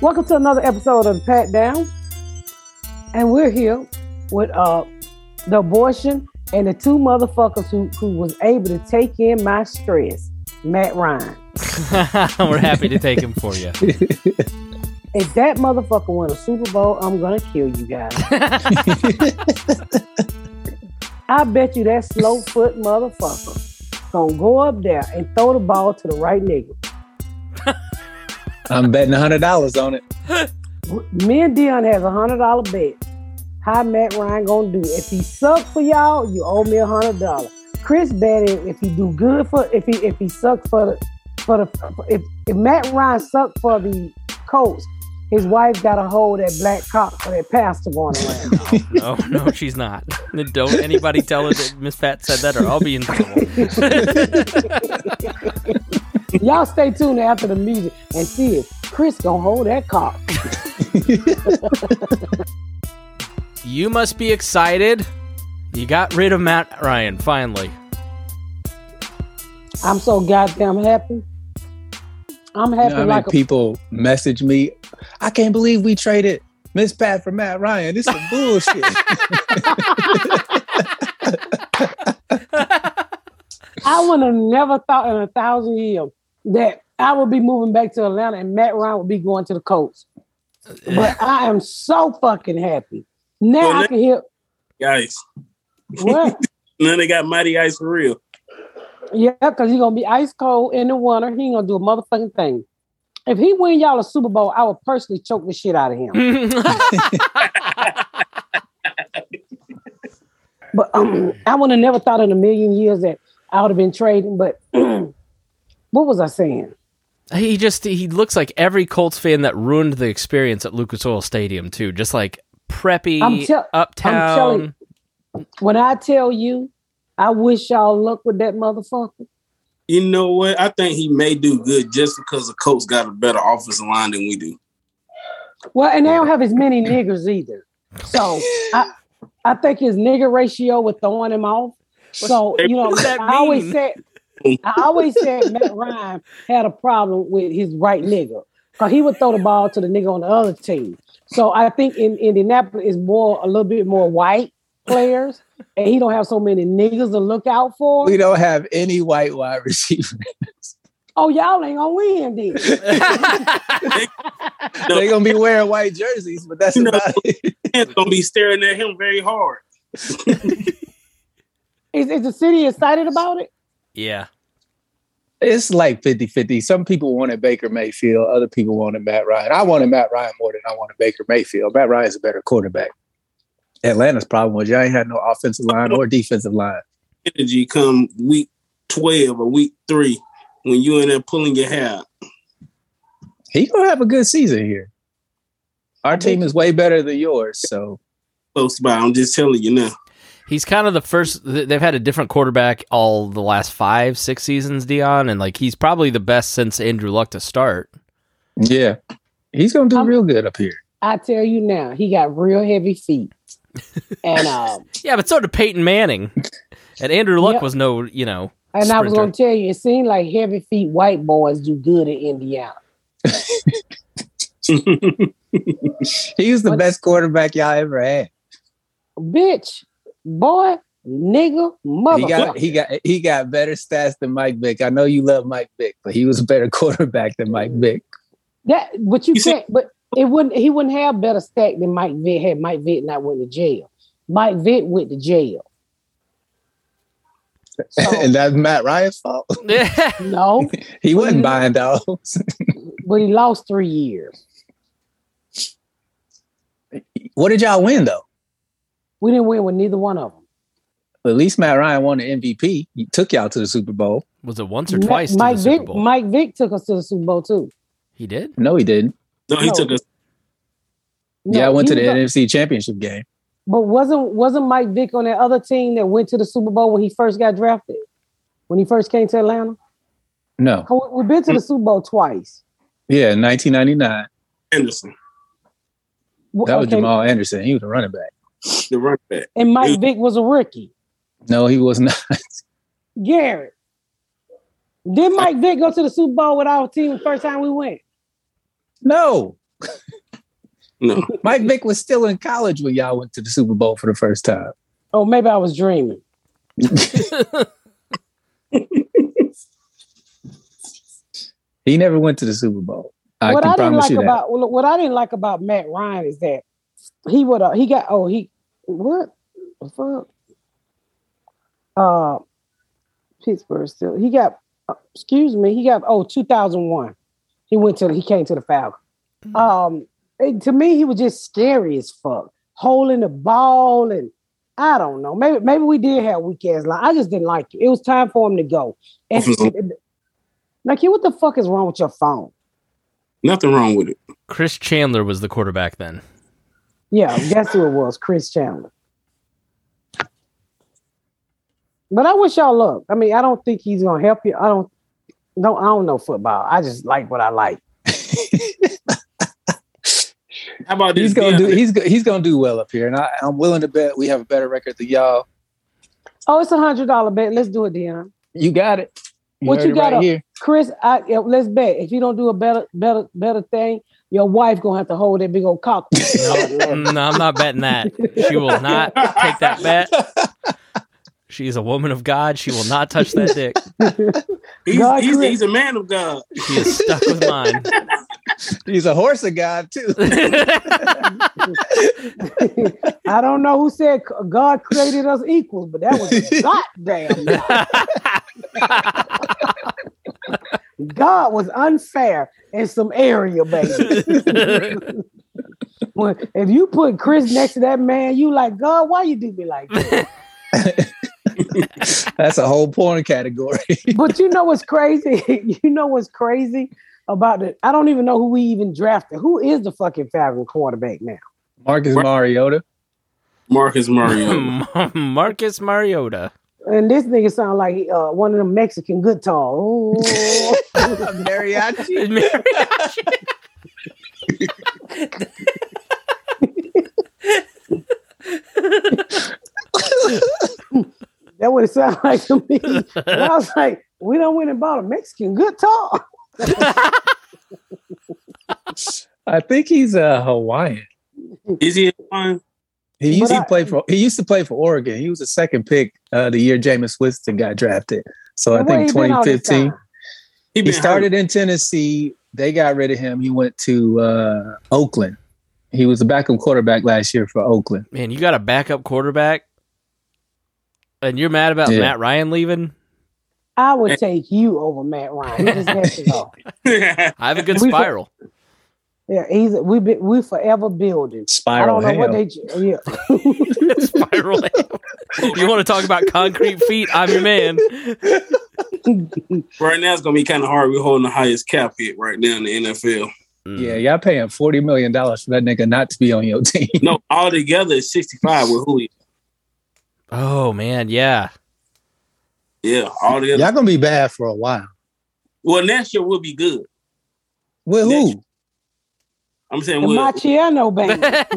Welcome to another episode of the Pat Down. And we're here with uh the abortion and the two motherfuckers who, who was able to take in my stress, Matt Ryan. We're happy to take him for you. If that motherfucker won a Super Bowl, I'm gonna kill you guys. I bet you that slow foot motherfucker gonna go up there and throw the ball to the right nigga. I'm betting hundred dollars on it. Me and Dion has a hundred dollar bet. How Matt Ryan gonna do? If he sucks for y'all, you owe me a hundred dollar. Chris betted if he do good for if he if he sucks for the for the if, if Matt Ryan sucked for the Colts, his wife got a hold that black cop for that pastor going around. no, no, she's not. Don't anybody tell her that Miss Pat said that, or I'll be in trouble. y'all stay tuned after the music and see if Chris gonna hold that cop. you must be excited. You got rid of Matt Ryan finally. I'm so goddamn happy. I'm You happy know how many like a people message me? I can't believe we traded Miss Pat for Matt Ryan. This is some bullshit. I would have never thought in a thousand years that I would be moving back to Atlanta and Matt Ryan would be going to the Colts. But I am so fucking happy. Now Well, I can hear Ice. what? None of got Mighty Ice for real. yeah, because he's gonna be ice cold in the winter. He ain't gonna do a motherfucking thing. If he win y'all a Super Bowl, I would personally choke the shit out of him. But um, I would have never thought in a million years that I would have been trading. But what was I saying? he just he looks like every Colts fan that ruined the experience at Lucas Oil Stadium too. Just like preppy I'm tell- I'm uptown. telling- When I tell you, I wish y'all luck with that motherfucker. You know what? I think he may do good just because the Colts got a better offensive line than we do. Well, and they don't have as many niggers either. So I, I think his nigger ratio was throwing him off. So you know, what does that I always mean? said, I always said Matt Ryan had a problem with his right nigger because he would throw the ball to the nigga on the other team. So I think in Indianapolis is more a little bit more white players, and he don't have so many niggers to look out for. we don't have any white wide receiver. Oh, y'all ain't gonna win then. They're gonna be wearing white jerseys, but that's No. about it. Fans gonna be staring at him very hard. Is, is the city excited about it? yeah. It's like 50-50. Some people wanted Baker Mayfield, other people wanted Matt Ryan. I wanted Matt Ryan more than I wanted Baker Mayfield. Matt Ryan's a better quarterback. Atlanta's problem was y'all ain't had no offensive line or defensive line. Energy come week twelve or week three when you in there pulling your hair. out. He gonna have a good season here. Our team is way better than yours, so Close by, I'm just telling you now. He's kind of the first. th- They've had a different quarterback all the last five, six seasons, Dion, and like he's probably the best since Andrew Luck to start. yeah, he's gonna do I'm- real good up here. I tell you now, he got real heavy feet, and um, Yeah, but so did Peyton Manning, and Andrew Luck Yep. was no, you know, And I was Sprinter. going to tell you, it seemed like heavy feet white boys do good in Indiana. He's the What- best quarterback y'all ever had. Bitch, boy, nigga, He got motherfucker. he got he got better stats than Mike Vick. I know you love Mike Vick, but he was a better quarterback than Mike Vick. That, but you You see- can't. But it wouldn't. He wouldn't have better stack than Mike Vitt had. Mike Vitt not went to jail. Mike Vitt went to jail. So, Oh. and that's Matt Ryan's fault. no, He Mhm. wasn't buying dogs. but he lost three years. what did y'all win though? We didn't win with neither one of them. At least Matt Ryan won the MVP. He took y'all to the Super Bowl. was it once or twice to Mike the Super Vick. Bowl? Mike Vick took us to the Super Bowl too. he did. No, he didn't. No, he No. took us. No, yeah, I went he to the was a- NFC Championship game. But wasn't wasn't Mike Vick on that other team that went to the Super Bowl when he first got drafted? When he first came to Atlanta? No, Oh, we- We've been to the Super Bowl twice. yeah, 1999. Anderson, W- That was okay, Jamal Anderson. He was a running back. the running back. And Mike Vick was a rookie. No, he was not. Garrett. Did Mike Vick go to the Super Bowl with our team the first time we went? No, No. Mike Vick was still in college when y'all went to the Super Bowl for the first time. Oh, maybe I was dreaming. He never went to the Super Bowl. I what can I didn't promise like you that. about well, look, what I didn't like about Matt Ryan is that he would uh, he got oh he what the fuck uh Pittsburgh still he got uh, excuse me he got oh 2001 he went to he came to the Falcons um and to me he was just scary as fuck holding the ball and I don't know maybe maybe we did have weak ass line I just didn't like it it was time for him to go and, like what the fuck is wrong with your phone. Nothing wrong with it. Chris Chandler was the quarterback then. Yeah, that's who it was, Chris Chandler. But I wish y'all luck. I mean, I don't think he's gonna help you. I don't no, I don't know football. I just like what I like. How about this? He's gonna do. Dion? He's go- he's gonna do well up here, and I, I'm willing to bet we have a better record than y'all. Oh, it's a hundred dollar bet. Let's do it, Dion. You got it. What heard you it got right up- here? Chris, I yeah, let's bet. If you don't do a better, better, better thing, your wife gonna have to hold that big old cock. Mm, no, I'm not betting that. She will not take that bet. She is a woman of God. She will not touch that dick. he's, God he's, created- he's a man of God. She is stuck with mine. He's a horse of God too. I don't know who said God created us equal, but that was a goddamn. lie. God was unfair in some area, baby. When- if you put Chris next to that man, you like God. Why you do me like that? That's a whole porn category. But you know what's crazy? you know what's crazy about it? I don't even know who we even drafted. Who is the fucking Falcon quarterback now? Marcus Mariota. Marcus Mario. Marcus Mariota. And this nigga sound like he, uh, one of them Mexican guitar. Ooh. Mariachi. that what it sound like to me. And I was like, we don't went and bought a Mexican guitar. I think he's a Hawaiian. Is he fine? He used, But he I- played for he used to play for Oregon. He was the second pick uh, the year Jameis Winston got drafted. So I Where think he been all this 2015. time? He, He been started in Tennessee. They got rid of him. He went to uh, Oakland. He was the backup quarterback last year for Oakland. Man, you got a backup quarterback, and you're mad about Yeah. Matt Ryan leaving. I would take you over Matt Ryan. He just has to go. hurt. I have a good We- spiral. Yeah, he's we been we forever building. I Spiral don't know hell. what they yeah. spiral. you want to talk about concrete feet? I'm your man. right now it's gonna be kind of hard. We're holding the highest cap hit right now in the NFL. Hmm. yeah, Mm. y'all paying forty million dollars for that nigga not to be on your team. No, all together it's 65 with Julio. Oh man, yeah. Yeah, all together. y'all gonna be bad for a while. Well, next year will be good. With who? I'm saying The we'll, Machiano band. That's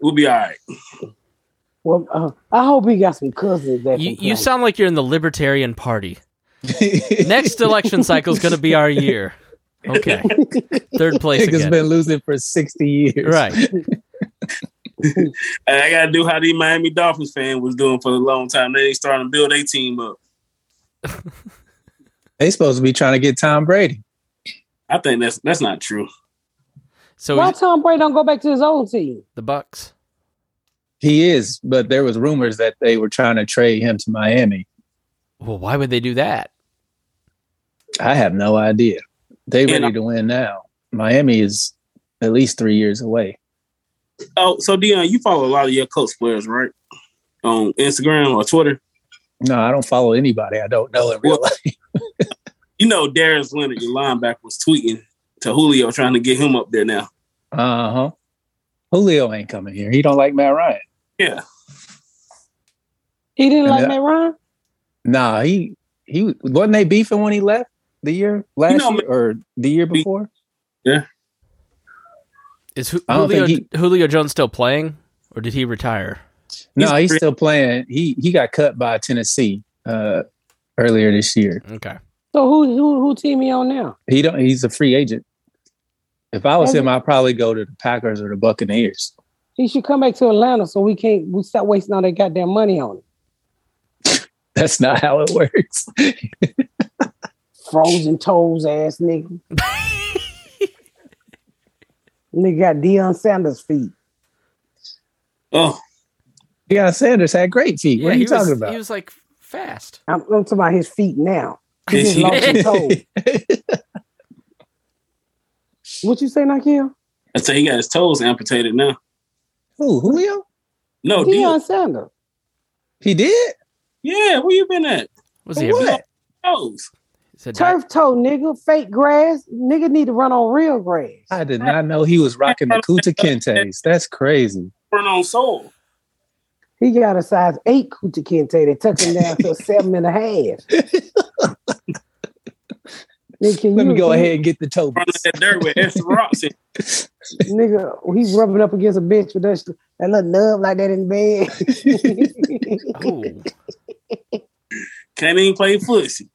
we'll be all right. well, uh, I hope he got some cousins that You, can play. you sound like you're in the Libertarian Party. Next election cycle is going to be our year. Okay. Third place Nigga's again. been losing for sixty years. right. And I gotta do how these Miami Dolphins fan was doing for a long time. They ain't starting to build their team up. They supposed to be trying to get Tom Brady. I think that's that's not true. So Why is Tom Brady don't go back to his old team? the Bucks. He is, but there was rumors that they were trying to trade him to Miami. Well, why would they do that? I have no idea. They And ready I- to win now. Miami is at least three years away. Oh, so Dion, you follow a lot of your coach players, right? On Instagram or Twitter. No, I don't follow anybody. I don't know in real life. You know Darius Leonard, your linebacker, was tweeting to Julio trying to get him up there now. Uh huh. Julio ain't coming here. He don't like Matt Ryan. Yeah. He didn't And like that- Matt Ryan. Nah, he he wasn't they beefing when he left the year last You know, year or the year before. Is Ju- I don't Julio, think Julio Jones still playing, or did he retire? No, he's- he's still playing. He he got cut by Tennessee. uh, earlier this year. Okay. So who who who team he on now? He don't. He's a free agent. If I was Okay. him, I'd probably go to the Packers or the Buccaneers. He should come back to Atlanta so we can't we stop wasting all that goddamn money on it. That's not how it works. Frozen toes ass nigga. nigga got Deion Sanders feet. Oh, Deion Sanders had great feet. what are he you talking was, about? He was like fast. I'm, I'm talking about his feet now. He Is just he- lost his toe. What you say, Nakia? I say he got his toes amputated now. Who Julio? No, Dion. Deion Sanders. He did. Yeah, where you been at? Was he? For What? Toes. It's a di- Turf toe, nigga. Fake grass. Nigga need to run on real grass. I did not know he was rocking the Kuta Kentes. That's crazy. Burn on soul. He got a size eight Kuta Kente. They took him down to a seven and a half. Nigga, can Let you- me go can you- ahead and get the toe. Running that dirt with extra rocks in. Nigga, he's rubbing up against a bitch with that, that little nub like that in bed. Oh. Can't even play footsie.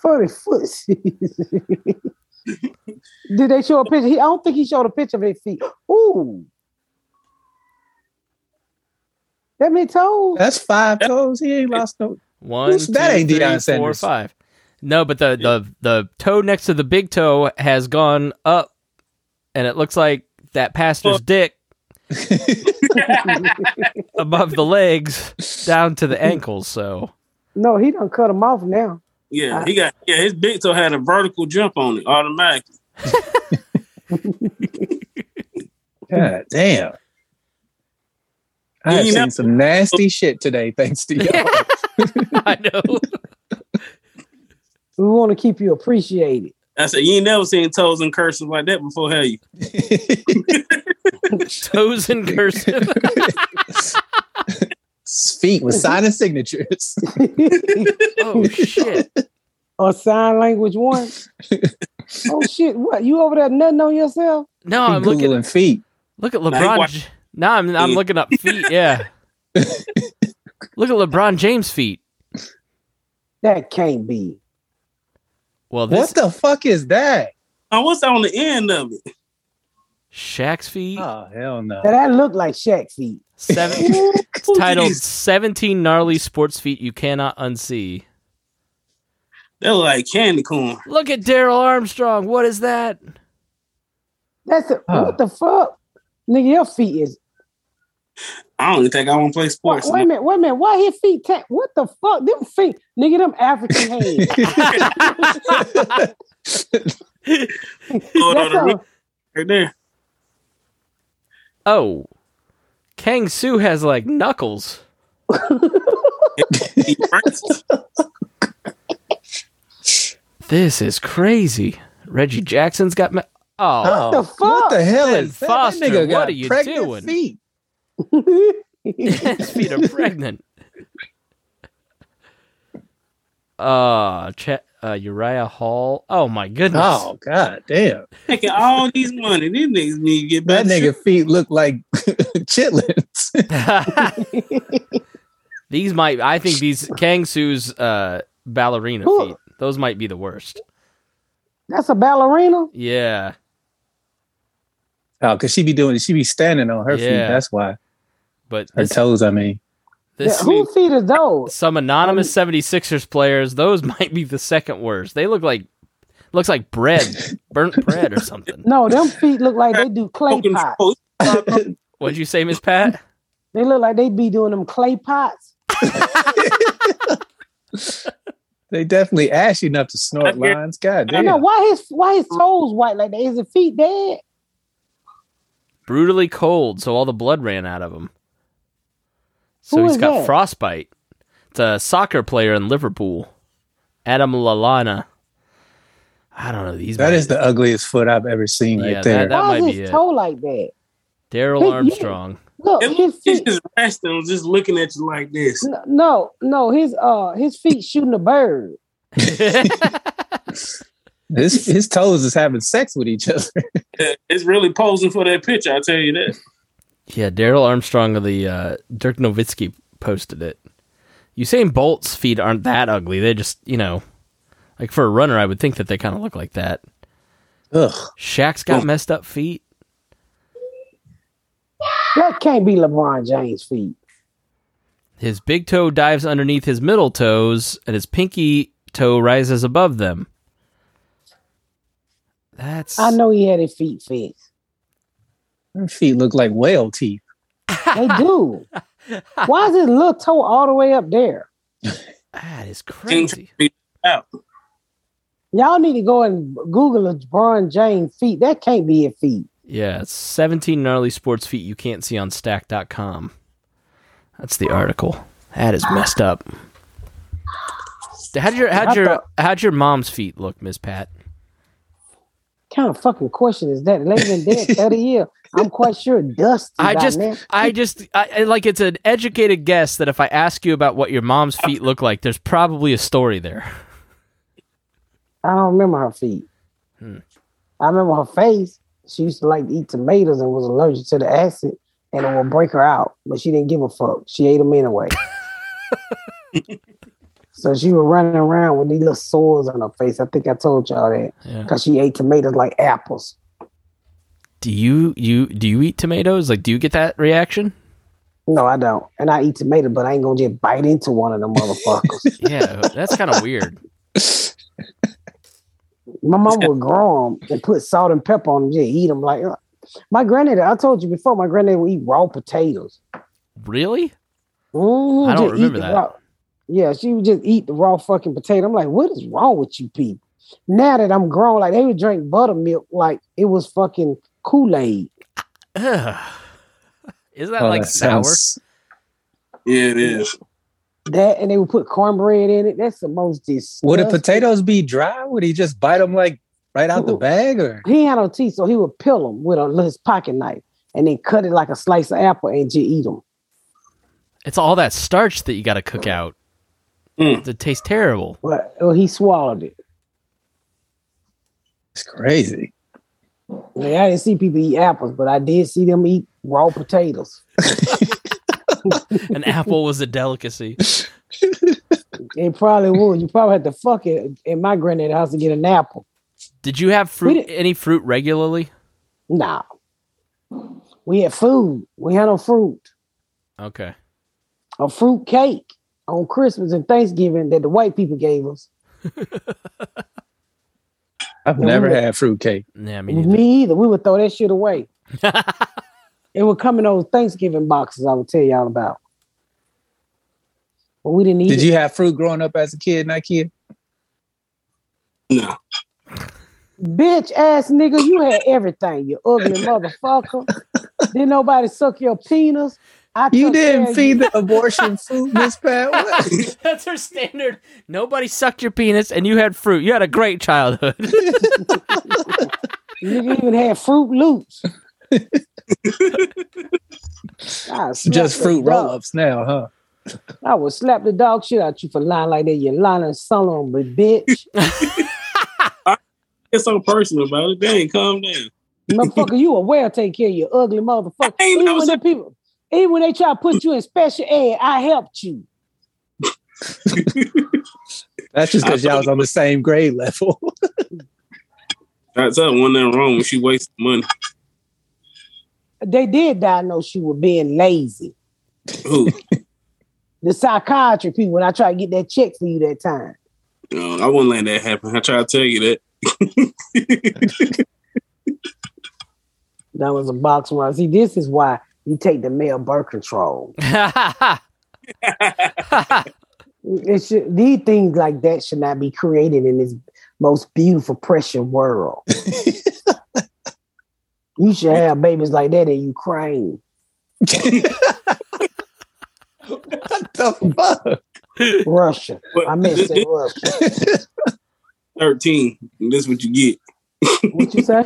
Forty foot. Did they show a picture? He, I don't think he showed a picture of his feet. Ooh, that many toes. That's five toes. He ain't lost no. One, Who's- that two, ain't three, Deion four, Sanders. five. No, but the, the the toe next to the big toe has gone up, and it looks like that pastor's Well- dick above the legs down to the ankles. So No, he done cut them off now. Yeah, he got yeah, his big toe had a vertical jump on it automatically. God damn. I have You know- seen some nasty shit today, thanks to y'all. I know. We want to keep you appreciated. I said, you ain't never seen toes in cursive like that before, have you? Toes in cursive. Feet with signing signatures. oh shit! or sign language one. oh shit! What you over there nutting on yourself? No, I'm Googling looking. feet. Look at he LeBron. wa- J- No, I'm I'm looking up feet. Yeah. Look at LeBron James' feet. That can't be. Well, What this the fuck is that? Now what's on the end of it? Shaq's feet. Oh hell no. Now, that look like Shaq feet. Seven. It's Ooh, titled geez. 17 Gnarly Sports Feet You Cannot Unsee. They look like candy corn. Look at Daryl Armstrong. What is that? That's a, Huh. what the fuck, nigga. Your feet is I don't even think I want to play Wait, sports. wait a minute, wait a minute. Why his feet tan? What the fuck? Them feet, nigga, them African hands. Going on That's the a, roof right there. oh. Kang Su has like knuckles. He racist. This is crazy. Reggie Jackson's got. Ma- oh. the Oh, fuck? What the hell Ben is that? That Foster, what nigga got are you pregnant doing? feet. His feet are pregnant. Uh, Ch- uh, Uriah Hall. Oh my goodness. Oh god damn. Making all these money. These niggas need to get That back. nigga feet look like chitlins. these might. I think these Kang Su's uh, ballerina Who- feet. Those might be the worst. That's a ballerina. Yeah. oh, cause she be doing she be standing on her Yeah. feet. That's why. But Her this, toes, I mean. this Yeah, who feet is those? some anonymous 76ers players, those might be the second worst. They look like looks like bread, burnt bread or something. No, them feet look like they do clay Poking pots. folks. What'd you say, Miss Pat? They look like they be doing them clay pots. They definitely ash enough to snort I hear- lines. God I damn. know why his why his toes white like that. Is his feet dead? Brutally cold, so all the blood ran out of him. So Who he's is got that? frostbite. It's a soccer player in Liverpool, Adam Lalana. I don't know these. That might- is the ugliest foot I've ever seen Yeah, right there. That why might is be his it. toe like that? Daryl Hey, you- Armstrong. Look, It- his He's feet. just resting, I'm just looking at you like this. n- No, no, his uh his feet shooting a bird. his his toes is having sex with each other. It's really posing for that picture, I tell you that. yeah, Daryl Armstrong of the uh, Dirk Nowitzki posted it. Usain Bolt's feet aren't that ugly. They just, you know, like for a runner, I would think that they kind of look like that. Ugh. Shaq's got messed up feet. That can't be LeBron James' feet. His big toe dives underneath his middle toes, and his pinky toe rises above them. That's I know he had his feet fixed. Her feet look like whale teeth. They do. Why is his little toe all the way up there? that is crazy. Crazy. Out. Y'all need to go and Google LeBron James feet. That can't be his feet. Yeah, it's 17 gnarly sports feet you can't see on stack.com. That's the article. That is messed up. How'd your how'd I your thought- how'd your mom's feet look, Miss Pat? kind of fucking question is that? They've been dead 30 years. I'm quite sure dust. I just I just I, I- like it's an educated guess that if I ask you about what your mom's feet look like, there's probably a story there. I don't remember her feet. Hmm. I remember her face. She used to like to eat tomatoes and was allergic to the acid, and it would break her out. But she didn't give a fuck. She ate them anyway. so she was running around with these little sores on her face. I think I told y'all that Yeah. because she ate tomatoes like apples. Do you you do you eat tomatoes? Like do you get that reaction? No, I don't. And I eat tomato, but I ain't gonna just bite into one of them motherfuckers. Yeah, that's kind of weird. My mom would grow them and put salt and pepper on them, just eat them like. uh, My granddad, I told you before, my granddad would eat raw potatoes. Really? Mhm, I don't just eat remember the that. raw- yeah, she would just eat the raw fucking potato. I'm like, what is wrong with you people? Now that I'm grown, like they would drink buttermilk like it was fucking Kool Aid. Ugh. Isn't that Oh, like that sour? sounds- Yeah, it is. That and they would put cornbread in it. That's the most disgusting. Would the potatoes be dry? Would he just bite them like right out the Ooh. bag? Or He had no teeth, so he would peel them with a, his pocket knife and then cut it like a slice of apple and just eat them. It's all that starch that you got to cook out. Mm. It tastes terrible. But well, he swallowed it. it's crazy. Yeah, I didn't see people eat apples, but I did see them eat raw potatoes. An apple was a delicacy. It probably would. You probably had to fuck it in my granddad's house to get an apple. Did you have We fruit didn't- any fruit regularly? Nah. We had food. We had a fruit, Okay. a fruit cake on Christmas and Thanksgiving that the white people gave us. I've Ooh. never had fruitcake. Yeah, I mean Me either. We would throw that shit away. It would come in those Thanksgiving boxes I would tell y'all about. But we didn't eat Did it. you have fruit growing up as a kid, not kid? No. Bitch ass nigga, you had everything, you ugly motherfucker. didn't nobody suck your penis. I You took care didn't of feed the abortion food, Miss Pat. What? That's her standard. Nobody sucked your penis and you had fruit. You had a great childhood. you. Nigga even had Fruit Loops. I It's just slapped the fruit roll dog. ups now, huh? I would slap the dog shit out you for lying like that. You're lying and selling, but bitch, It's so personal about it. Dang, calm down. motherfucker, you are well taken care of. You ugly motherfucker. I ain't Even know when, so- the people, even when they try to put you in special ed, I helped you. That's just because y'all was on the same grade level. That's up. One thing wrong when she wastes money. They did diagnose you with being lazy. Who? The psychiatry people, when I tried to get that check for you that time, No, I wouldn't let that happen. I try to tell you that. that was a box one. See, this is why you take the male birth control. It should, these things like that should not be created in this most beautiful, precious world. you should have babies like that in Ukraine. what the fuck? Russia. But I meant to this, say this Russia. thirteen. This is what you get. What you say?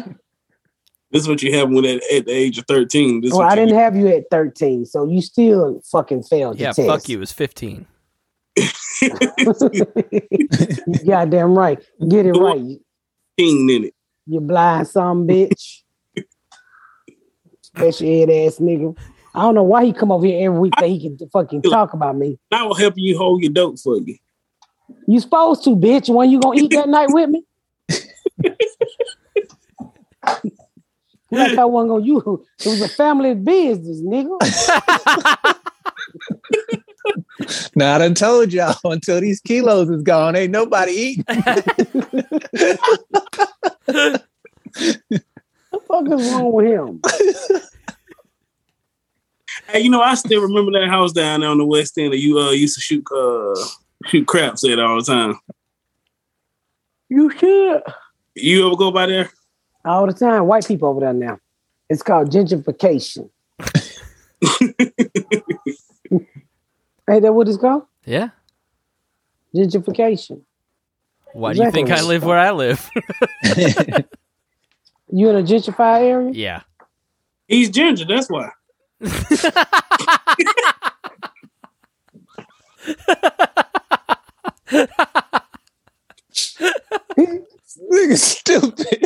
This is what you have when at, at the age of thirteen. This is Well, what I you didn't get. have you at 13, so you still fucking failed yeah, the test. fuck you. It was 15. you goddamn right. Get it right. You, Teen in it. you blind some bitch. Special head ass nigga. I don't know why he come over here every week that he can fucking talk about me. I will help you hold your dope for you. You supposed to, bitch. When you gonna eat that night with me? Like I wasn't gonna you. It was a family business, nigga. Now I done told y'all until these kilos is gone, ain't nobody eating. What the fuck is wrong with him? Hey, you know, I still remember that house down there on the west end that you uh used to shoot uh shoot craps at all the time. You should. You ever go by there? All the time, white people over there now. It's called gentrification. Ain't that what it's called? Yeah. Gentrification. Why do you think I Exactly. live where I live? You in a gentrified area? yeah. He's ginger, that's why. Nigga stupid.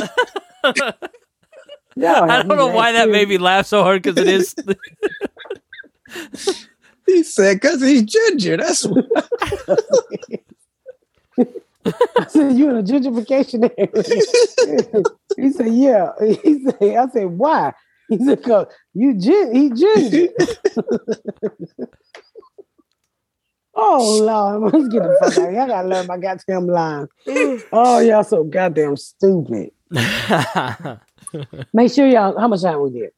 Yeah. I don't know why that made me laugh so hard because it is. He said, cause he's ginger. That's what you in a gentrification area. he said, "Yeah." He said, "I said why?" He said, "Cause you gin, he ginger." oh Lord, let's get the fuck out. of here. I gotta learn my goddamn line. Oh, y'all so goddamn stupid. Uh, Make sure y'all. How much time we did?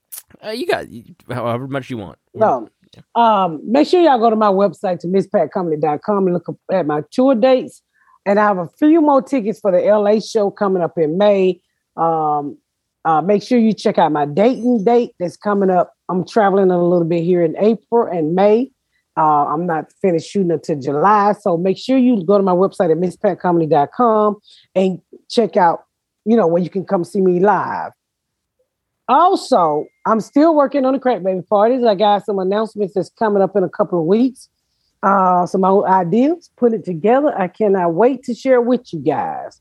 you got you- however much you want. No. Um, make sure y'all go to my website to misspatcomedy.com and look up at my tour dates. And I have a few more tickets for the LA show coming up in May. Um, uh, make sure you check out my Dayton date that's coming up. I'm traveling a little bit here in April and May. Uh, I'm not finished shooting until July. So make sure you go to my website at misspatcomedy.com and check out, you know, where you can come see me live. Also, I'm still working on the crack baby parties. I got some announcements that's coming up in a couple of weeks. Uh, some old ideas, put it together. I cannot wait to share with you guys.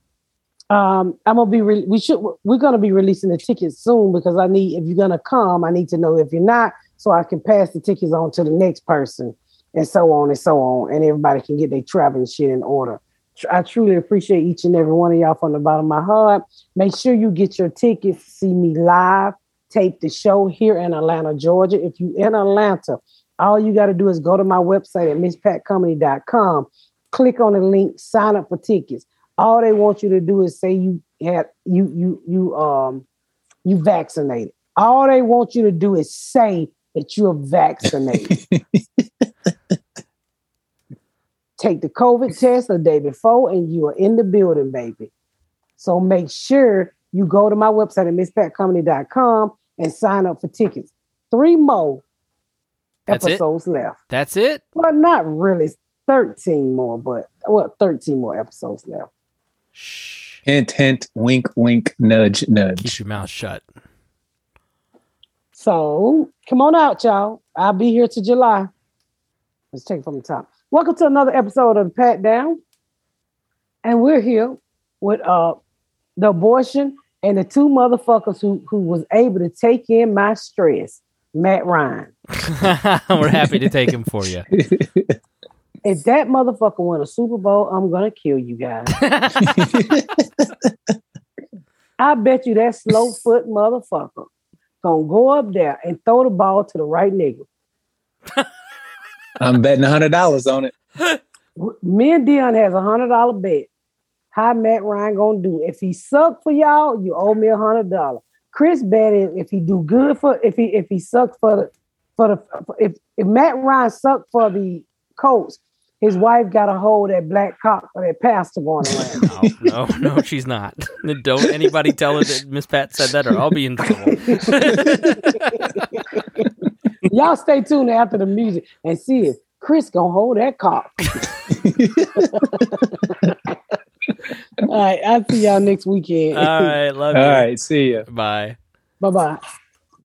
Um, I'm gonna be re- we should we're gonna be releasing the tickets soon because I need if you're gonna come, I need to know if you're not, so I can pass the tickets on to the next person, and so on and so on, and everybody can get their traveling shit in order. Tr- I truly appreciate each and every one of y'all from the bottom of my heart. Make sure you get your tickets. See me live tape the show here in Atlanta, Georgia. If you in Atlanta, all you got to do is go to my website at misspatcomedy.com, click on the link, sign up for tickets. All they want you to do is say you had you you you um you vaccinated. All they want you to do is say that you're vaccinated. Take the COVID test the day before, and you are in the building, baby. So make sure you go to my website at misspatcomedy.com and sign up for tickets. Three more That's it? episodes left. That's it. Well, not really 13 more, but well, 13 more episodes left. Shh. hint hint wink wink nudge Keep nudge. your mouth shut. So come on out, y'all. I'll be here to July. Let's take it from the top. Welcome to another episode of the Pat Down. And we're here with uh the abortion and the two motherfuckers who who was able to take in my stress, Matt Ryan. We're happy to take him for you. If that motherfucker won a Super Bowl, I'm gonna kill you guys. I bet you that slow foot motherfucker gonna go up there and throw the ball to the right nigga. I'm betting hundred dollars on it. Me and Dion has a hundred dollar bet. How Matt Ryan gonna do? If he suck for y'all, you owe me a hundred dollar. Chris betted if he do good for if he if he sucks for the for the if if Matt Ryan sucked for the Colts, his wife got to hold that black cock or that pastor going around. No, no, no, she's not. Don't anybody tell her that Miss Pat said that, or I'll be in trouble. y'all stay tuned after the music and see if Chris gonna hold that cock. All right, I'll see y'all next weekend. All right, love All you. right, see ya. Bye. Bye bye.